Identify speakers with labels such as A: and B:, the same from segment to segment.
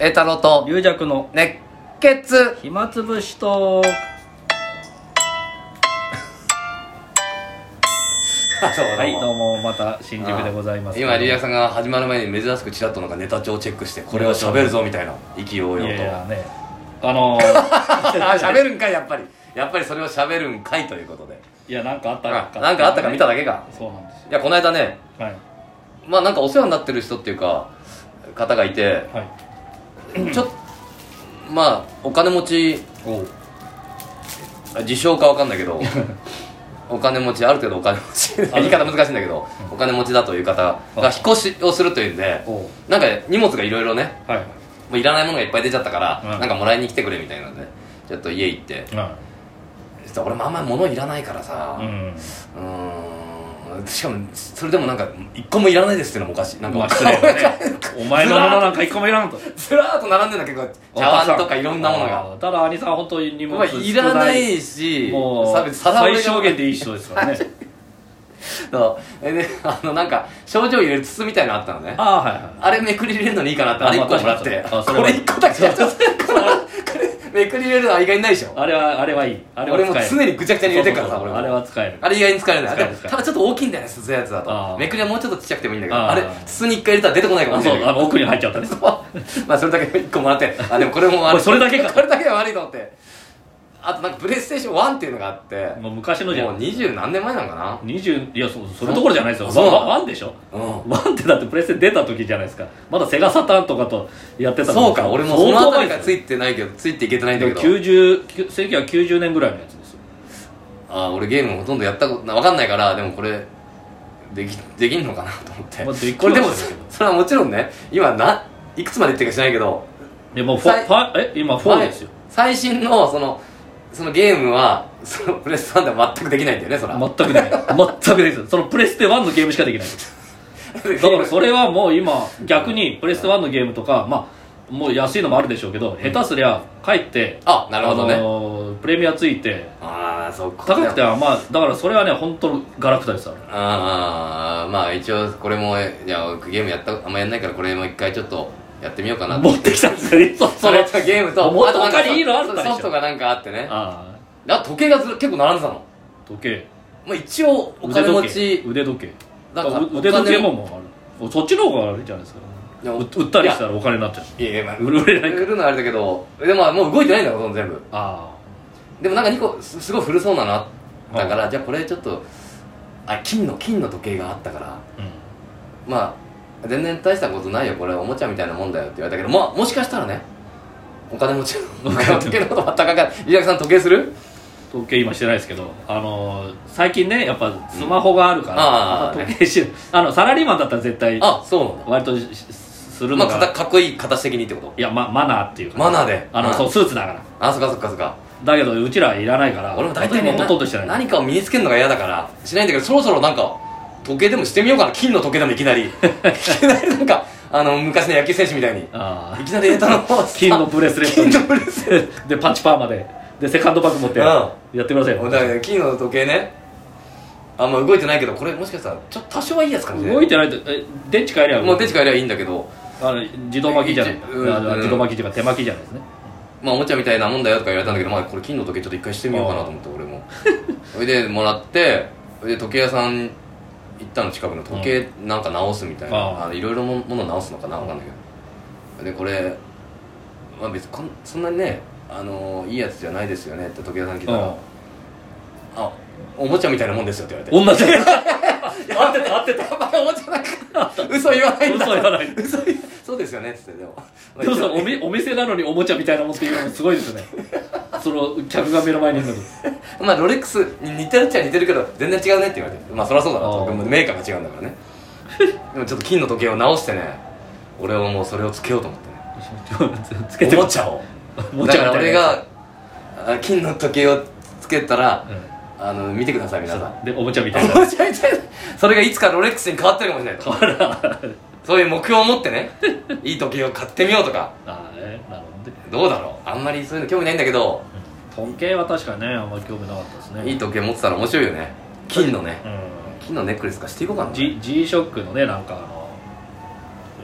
A: 栄太郎と
B: 龍尺の
A: 熱血
B: 暇つぶしとはいどうもまた新宿でございます
C: 今リリアさんが始まる前に珍しくちらっとなんかネタ帳をチェックしてこれを喋るぞみたいな意気揚
B: い
C: 々
B: やいや
C: と
B: ねあの
C: あ 喋るんかいやっぱりやっぱりそれを喋るんかいということで
B: いやなんかあった
C: あなんかあったか見ただけか
B: そうなんです
C: いやこの間ね
B: よはい
C: まあなんかお世話になってる人っていうか方がいて
B: はい
C: ちょっとまあお金持ち
B: おう
C: 自称かわかんないけ どお金持ちある程度お金持ち言い方難しいんだけどお金持ちだという方が引っ越しをするというんで
B: おう
C: なんか荷物がいろいろね
B: はいは
C: もういらないものがいっぱい出ちゃったから、
B: うん
C: なんかもらいに来てくれみたいなのでちょっと家行って
B: いは
C: そしたら俺もあんまり物いらないからさ
B: いうん
C: うーんしかもそれでもなんか一個もいらないですっていうのもおかしいなんか
B: まあ
C: わか
B: 失
C: ん
B: 礼
C: ない
B: よねお前のものなんか一個もいらんと
C: ずらーっと並んでんだけど茶碗とかいろんなものが
B: あーただ兄さんは本当に荷
C: ま
B: 物
C: あいらないし
B: も
C: 差
B: う
C: 別定め
B: 最
C: が
B: 小限でいい人ですから ね
C: そうであのなんか症状入れる筒みたいなのあったのねあ
B: ああはいはい
C: れめくり入れるのにいいかなって
B: あ
C: あれ1個もらって
B: まあそ
C: こ
B: れは
C: れ1個だけこれめくり入れるのは意外にないでしょ
B: あれはあれはいいあれは
C: 俺も
B: 使える
C: 常にぐちゃぐちゃに入れてるからさ
B: そう
C: 俺
B: そうそう
C: も
B: あれは使える
C: あれ意外に使えるね
B: 使える
C: でも
B: 使える
C: ただちょっと大きいんだよね筒のやつだ
B: あ
C: と
B: ー
C: めくりはもうちょっとちっちゃくてもいいんだけど
B: あー
C: あれ筒に一回入れたら出てこないかも
B: あ
C: しれ
B: そ
C: ないう
B: あの奥に入っちゃったね
C: まあそれだけ一個もらってあでもこれも悪
B: こ
C: い
B: れそれだけか
C: これだけは悪いと思ってあとなんかプレイステーション1っていうのがあっても
B: もう昔のじゃ
C: うん二十何年前なんかな
B: 20いやそうそれどころじゃないですよ
C: そう
B: ワンワンでしょ
C: うん
B: ワンってだってプレステ出た時じゃないですかまだセガサターンとかとやってた
C: そうか俺もその
B: 相当
C: 辺
B: 前
C: りが
B: です
C: つ
B: よ
C: いてないけどついていけてないんだ
B: で
C: け
B: も
C: ど
B: 90 1990年ぐらいのやつですよ
C: あー俺ゲームほとんどやったことなわかんないからでもこれできできんのかなと思って、
B: まあできますよ
C: これでもそそれはもちろんね今ないくつまでいってるか知らないけど
B: でもうフォ
C: 最
B: ファえ今4ですよ
C: 最新のそのそのゲームはそのプレステ1では全くできないんだよねそら、
B: 全くできない全くできないそのプレステ1のゲームしかできないだからそれはもう今逆にプレステ1のゲームとかまあもう安いのもあるでしょうけど下手すりゃ帰って
C: あなるほどね、
B: あのープレミアついて
C: ああそこ
B: 高くてはまあだからそれはね本当ガラクタですあれ
C: あーあーまあ一応これもいやゲームやったあんまやんないからこれも一回ちょっとやってみようかな
B: 持ってきたんですよね そ
C: そ
B: れ
C: れとゲームと
B: も
C: あ
B: っと
C: となんか
B: 他にいいのあったでしょ
C: ソフトがなんかあってねあ
B: ああ
C: 時計がず結構並んでたの、
B: 時計
C: まあ、一応お金持ち
B: 腕時計
C: だから
B: あう腕時計ももうあるそっちの方があるじゃないですか
C: いや
B: う売ったりしたらお金になっちゃう
C: いやいや、まあ、
B: 売れないか
C: 売るのはあれだけどでももう動いてないんだろ全部
B: あ
C: でもなんか2個すすごい古そうなのあったから、
B: は
C: じゃあこれちょっとあ金の金の時計があったから
B: あうん
C: まあ全然大したことないよこれおもちゃみたいなもんだよって言われたけどまあもしかしたらねお金持ちの時計のこと全く考え ない伊沢さん時計する
B: 時計今してないですけど、あのー最近ねやっぱスマホがあるから、
C: ああ
B: まあ時計しあのサラリーマンだったら絶対
C: あそう
B: 割としす
C: な
B: る
C: んだ
B: の
C: ま
B: が、
C: あかたかっこいい形的にってこと
B: いや、ま、マナーっていうか
C: マナーで
B: あの
C: うん
B: そうスーツだから
C: あそっかそっかそっか
B: だけどうちらはいらないから
C: 俺も大体ね
B: ほとんどほとんどしてない
C: 何かを身につけるのが嫌だからしないんだけどそろそろなんか時計でもしてみようかな金の時計でもいきな りいきなりなんかあの昔の野球選手みたいに
B: あ
C: い
B: あ
C: きなりエタの
B: 金のブレスレット
C: 金
B: に
C: のブレスレッ
B: でパンチパーマででセカンドバッグ持って
C: うん
B: やってください
C: ト
B: よ
C: だから金の時計ねあんま動いてないけどこれもしかしたらちょっと多少はいいやつかもしれない
B: 動いてないとえ電池変えりゃ
C: もう手近やりゃいいんだけど
B: あの自動巻きじゃない、
C: うん
B: あの自動巻きっていうか手巻きじゃないですね
C: まあおもちゃみたいなもんだよとか言われたんだけどまあこれ金の時計ちょっと一回してみようかなと思って俺 もそれでもらってそれで時計屋さん行ったの近くの時計なんか直すみたいな、
B: ああ
C: あのいろいろももの直すのかなわかんないけどそれでこれまあ別にこんそんなにねあのいいやつじゃないですよねって時計屋さんに聞いたら、あおもちゃみたいなもんですよって言われて
B: うん同じ合ってた合ってた
C: やば いおもちゃなんか嘘言わないんだ
B: 嘘言わない
C: 嘘言わ そうですよねっつってでも
B: でもさおみお店なのにおもちゃみたいなもんっていうのもすごいですねその客が目の前にいるのに
C: まあロレックスに似てるっちゃ似てるけど全然違うねって言われてまあそりゃそうだな
B: あ
C: と
B: ー
C: メーカーが違うんだから ねでもちょっと金の時計を直してね俺はもうそれをつけようと思ってね
B: つけて
C: おもちゃを
B: おも
C: だ
B: ち
C: から
B: ゃみた
C: 俺
B: いなや
C: があ金の時計をつけたら
B: つ、、
C: あの見てください皆さん
B: うん、でおもちゃみたいな
C: おもちゃみたいなそれがいつかロレックスに変わってるかもしれないとそういう目標を持ってねいい時計を買ってみようとか
B: ああねなるほどね
C: どうだろうあんまりそういうの興味ないんだけど
B: 時計は確かねあんまり興味なかったですね
C: いい時計持ってたら面白いよね金のね
B: う
C: 金のネックレスとかしていこうか
B: ん
C: な
B: G, G ショックのねなんかあの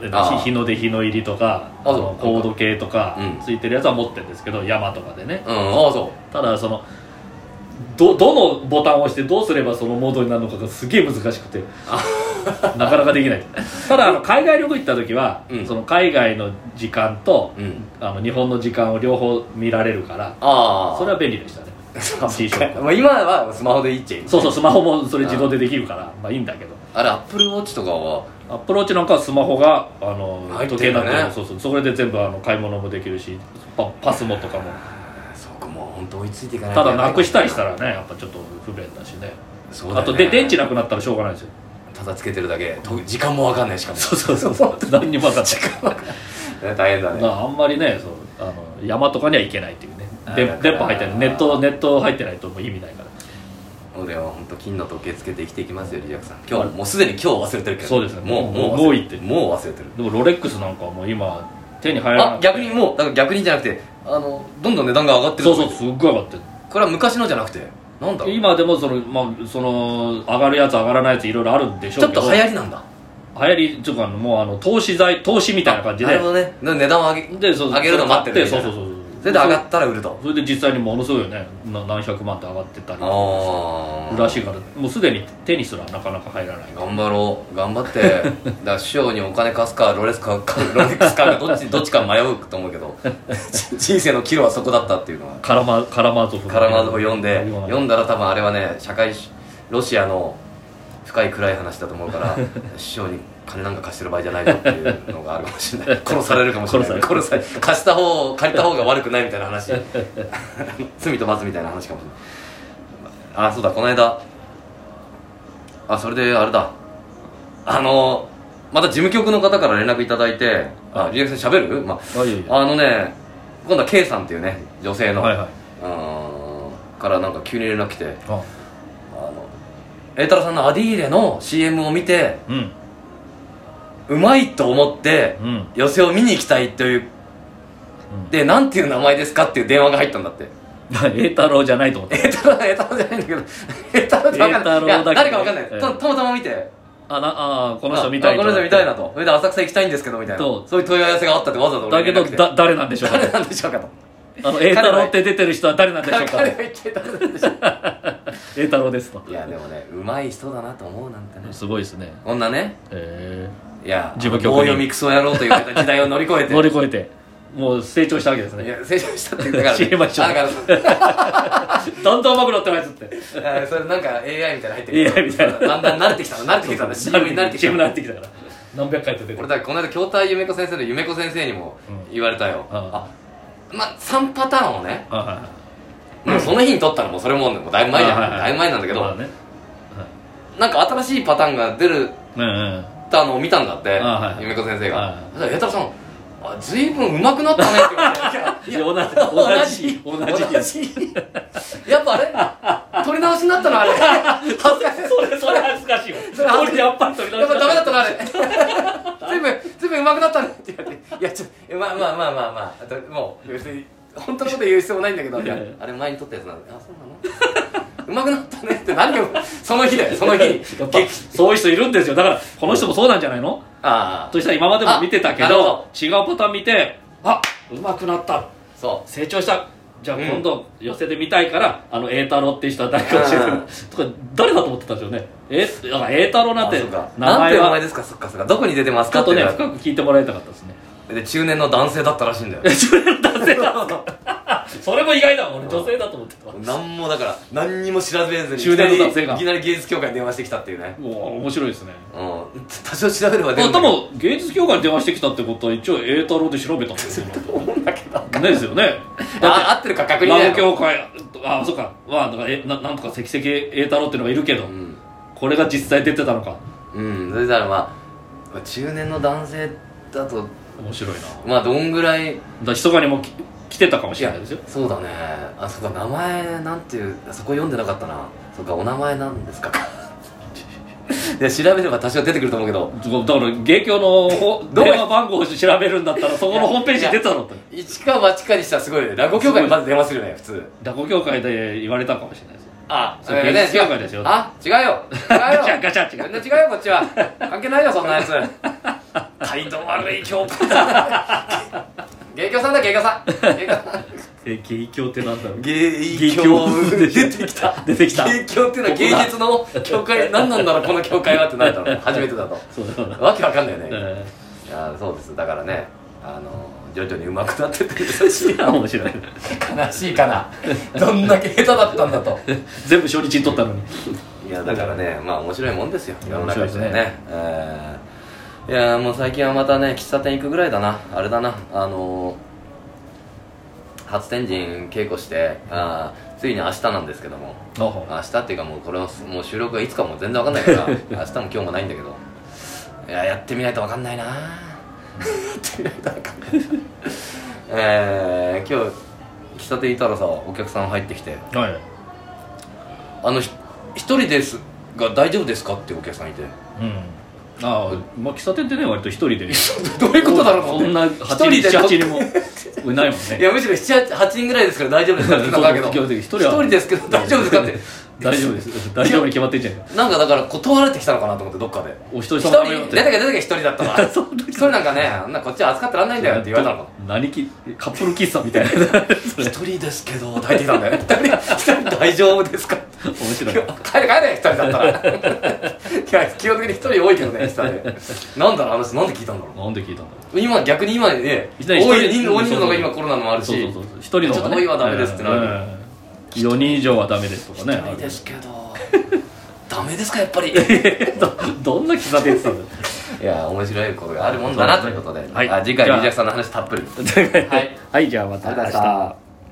B: えっ
C: ああ
B: と日日の出日の入りとか
C: あ
B: あ
C: そう
B: のコード系とか
C: うん
B: ついてるやつは持ってるんですけど、山とかでね
C: うんああそ
B: ただそのどどのボタンを押してどうすればそのモードになるのかがすげえ難しくてなかなかできないただあの海外旅行行った時は、
C: うん
B: その海外の時間と
C: ううん
B: あの日本の時間を両方見られるから
C: ああ
B: それは便利でしたね T ショット
C: まあ今はスマホでいいっちゃいい
B: そうそうスマホもそれ自動でできるからまあいいんだけど
C: あれアップルウォッチとかは
B: アップローチなんかはスマホがあの
C: 入っ
B: 時
C: て
B: 計
C: るよ
B: なん
C: ね
B: かもそうそうそれで全部あの買い物もできるしパパスモとかも
C: そこもう本当追いついていかないと
B: ただなくしたりした
C: ら
B: らねやっぱちょっと不便だしね
C: そうだ
B: あ
C: よね
B: とで電池なくなったらしょうがないですよ
C: ただつけてるだけと時間もわかんないしかも
B: そうそうそ うそう何にも分かんない
C: ね大変だ
B: だ
C: ね
B: からあんまりねそうあの山とかには行けないっていうね
C: あー
B: で
C: だから
B: 電波入ってないネットネット入ってないともう意味ないから
C: 俺は本当金の時計つけて生きていきますよリアクさん今日もうすでに今日忘れてるけど
B: そうですね
C: もうもう
B: もう
C: も
B: も
C: う
B: う
C: い
B: い
C: っ
B: ってて
C: もう忘れてる
B: でもロレックスなんかはもう今手に入らな
C: あ
B: い
C: 逆にもうだから逆にじゃなくてあのどんどん値段が上がってる
B: そうそうすっごい上がってる
C: これは昔のじゃなくてなんだろう
B: 今でもその,、まあ、その上がるやつ上がらないやついろいろあるんでし
C: ち
B: ょ
C: ょっ
B: うけど
C: と流行りなんだ
B: 流行りちょっとあのもうあの投資財投資みたいな感じ
C: な
B: で
C: るほどねな値段を上げ
B: でそう
C: 上げるの待ってるみた
B: そ
C: いうな
B: そうそう
C: それで上が
B: て
C: ったら売ると
B: それで実際にものすごいよねな何百万って上がってたり
C: ああ
B: らしいからもうすでに手にすらなかなか入らない
C: 頑張ろう頑張ってだから師匠にお金貸すかロレスかかロレックスかどっちどっちか迷うと思うけど人生の岐路はそこだったっていうのは
B: カラマカラマーゾフ
C: カラマーゾフ読んで読
B: ん
C: んだら多分あれはね社会しロシアの深い暗い話だと思うから 師匠に金なんか貸してる場合じゃないぞっていうのがあるかもしれない 殺されるかもしれない殺
B: 殺
C: され貸した方借りた方が悪くないみたいな話 罪と罰みたいな話かもしれないあそうだこの間あそれであれだあのまた事務局の方から連絡いただいてあリアクション喋る、ま
B: あいやいや
C: あ、あのね今度は K さんっていうね女性の、
B: はいはい
C: あーからなんか急に連絡来て
B: あ
C: 「あの栄太郎さんのアディーレの CM を見て
B: うん
C: うまいと思って
B: うん うん
C: 寄せを見に行きたいというでなんていう名前ですかっていう電話が入ったんだって
B: 栄太郎じゃないと思った
C: 栄太郎栄太郎じゃないんだけど栄太郎って分かんない
B: 栄太郎
C: いや
B: だけど
C: 誰か分かんない
B: ええ
C: たたまたま見て
B: あなあーこ
C: こ
B: の人みたい
C: この人見たいなとそれで浅草行きたいんですけどみたいな
B: どう
C: そういう問い合わせがあったってわざわざ
B: だ
C: 俺
B: け
C: に連絡
B: ど
C: 来て
B: だ誰なんでしょうか
C: 誰なんでしょうかと
B: あの栄太郎って出てる人は誰なんでしょう
C: 彼
B: か
C: は一体誰なんでしょうか
B: 栄太郎ですと
C: いやでもねうまい人だなと思うなんてね
B: すごいですね
C: こんなね
B: え
C: いや
B: 事務局に
C: 棒読みクソ野郎と言われた時代を乗り越え
B: え
C: て
B: 乗り越えてもう成長したわけです
C: い
B: ね
C: や成長したって言ったから、ね、
B: 知りましょう
C: あだか
B: どんどん上手くなってないっつって
C: らあそれなんか AI みたいなの入ってる
B: AI みたい な
C: だんだん慣れてきたの慣れてきたの CM に慣れてき
B: チ
C: た
B: ームになっ
C: の
B: てきたから何百回と出て
C: 俺
B: る
C: だからこの間京太夢子先生の夢子先生にも
B: うん
C: 言われたよ、
B: うん
C: あまあ3パターンをね、
B: あはいはい
C: もうその日に撮ったのもそれももうだいぶ前じゃん、
B: あはいはい
C: だいぶ前なんだけど、
B: まあねはい
C: なんか新しいパターンが出る
B: うんうん
C: たのを見たんだって、
B: あはいはい
C: 夢子先生
B: はい
C: が「そしたら栄太郎さんあ随分うまくなったね」って言われ て
B: いや同じ同じ
C: 同じやっぱあれ取り直しになったのあれ恥ずかしい
B: それそれ恥ずかしいわ
C: それ恥ずかしい
B: それやっぱり取り
C: やっ
B: 直
C: ぱ
B: し
C: ダメだったなあ れ全部全部うまくなったねって言われて「いやちょえまあまあまあまあまああともう別に本当のこと言う必要もないんだけどいや
B: いやいや
C: あれ前に撮ったやつなんであそうなのうまくなったね」って何をその日だよその日に
B: やっぱ
C: 激
B: そういう人いるんですよだからこの人もそうなんじゃないの
C: ああ
B: としたら今までも見てたけ
C: あなるほ
B: ど違うパターン見てあうまくなった
C: そ
B: 成長したじゃあ
C: うん
B: 今度寄せてみたいから、あの栄太郎っていう人は誰か教え
C: うん
B: てとか誰だと思ってたんでしょうねえだから栄太郎
C: う
B: なんて
C: あそうか
B: 名
C: なん
B: 前
C: て名前
B: は
C: ですかそっかそっかどこに出てます
B: ち
C: か
B: ょっ
C: って
B: とね
C: 言われて
B: 深く聞いてもらいたかったですね
C: で中年の男性だったらしい んだよ
B: 男性だそれも意外だわ俺女性だと思ってたわ
C: 何もだから何にも調べずに
B: 中年の男性が
C: いきなりいきなり芸術協会に電話してきたっていうね
B: うわ面白いですね
C: うん多少調べれば出
B: ま
C: る
B: あ、
C: んだ
B: で
C: けど
B: も芸術協会に電話してきたってことは一応栄太郎で調べたんですよねねですよね
C: あ
B: だ
C: 合ってるか
B: って
C: 確認だ
B: ラ
C: よ
B: ボ協会あそっか,、まあ、だからえななんとか関関栄太郎っていうのがいるけど、
C: うん
B: これが実際出てたのか
C: うんそれならまあ中年の男性だと
B: 面白いな
C: まあどんぐらいい
B: だひそかにもき来てたかもしれないですよ
C: そうだねあそっか名前なんていうそこ読んでなかったなそっかお名前なんです かいや調べれば多少出てくると思うけど
B: だから芸協のほ
C: どうや
B: 電話番号を調べるんだったらそこのホームページに出たろって
C: 一か八かにしたらすごいね落語協会にまず電話するよね普通
B: 落語協会で言われたかもしれないですよ
C: あ
B: それ芸術業界ですよ
C: あ違うよ違うよ
B: ガチャガチ ャ違う
C: 全然違うよこっちは関係ないよそんなやつ態度悪い教官芸協さんだ芸協さん芸協さん
B: え芸協ってなんだろう
C: 芸
B: 協でし
C: 出
B: ょ
C: てきた
B: 出てきた
C: 芸協っていうのは芸術の協会何なんだろうこの協会はってなったの初めてだと
B: そうだな
C: わけわかんないよね、
B: え
C: いやそうですだからねあの徐々に上手くなってって優しい
B: ー面白い
C: 悲しいかなどんだけ下手だったんだと
B: 全部初日に取ったのに
C: いやだからねまあ面白いもんですよ世の中
B: 面
C: です
B: 白
C: よ
B: い
C: ね
B: ですね
C: えーいやもう最近はまたね喫茶店行くぐらいだなあれだなあのー初天神稽古してあーついに明日なんですけども明日っていうかもうこれはもう収録がいつかもう全然わかんないから明 日も今日もないんだけどいややってみないとわかんないなやってみないとわかん ないなえー、今日喫茶店いたらさお客さん入ってきて
B: はい
C: 「あのひ一人ですが大丈夫ですか?」ってお客さんいて
B: うんああまあ喫茶店ってね割と一人で
C: どういうことだろうと思
B: そんな
C: って
B: 8人
C: 一
B: 7
C: 人で
B: 人もいないもん
C: い
B: ね
C: やむしろ78人ぐらいですから大丈夫ですかって言ったんだけど
B: そうそう
C: 一
B: 一人は
C: 人ですけど大丈夫ですかって
B: 大丈夫です大丈夫に決まってんじゃん
C: なんかだから断られてきたのかなと思ってどっかで
B: お一
C: 一
B: 人
C: 人
B: 様だよっ
C: 出
B: て
C: てけ出てけ一人だったわ
B: そんな
C: 一人なんかねあんなこっちは扱ってらんないんだよって言われたのか
B: 何きカップル喫茶みたいなそ
C: な
B: れ
C: 一人ですけど抱いてきたんだよね一人一人大丈夫ですか
B: 面白い
C: 帰れ帰れ一人だったらいや基本的に一人多いけどね一人でなんだろうあの人なんで聞いたんだろ
B: なんで聞いたんだろう
C: う今逆に今ね
B: 一
C: 多
B: 人
C: い人
B: うん
C: 多い人の方が今
B: そうそう
C: コロナのもあるし
B: そうそうそう一人の
C: ちょっと多いはダメですってなる
B: 4人以上はダメですとかね
C: 一人ですけどダメですかやっぱり い
B: どんな喫茶店って言って
C: や面白いことがあるもんだなということで、
B: はい
C: あ次回
B: じゃあ
C: リジャクさんの話たっぷり
B: たんだよ
C: はい
B: はいじゃあま
C: あ
B: た
C: りが
B: 明
C: とうございまし
B: 日
C: た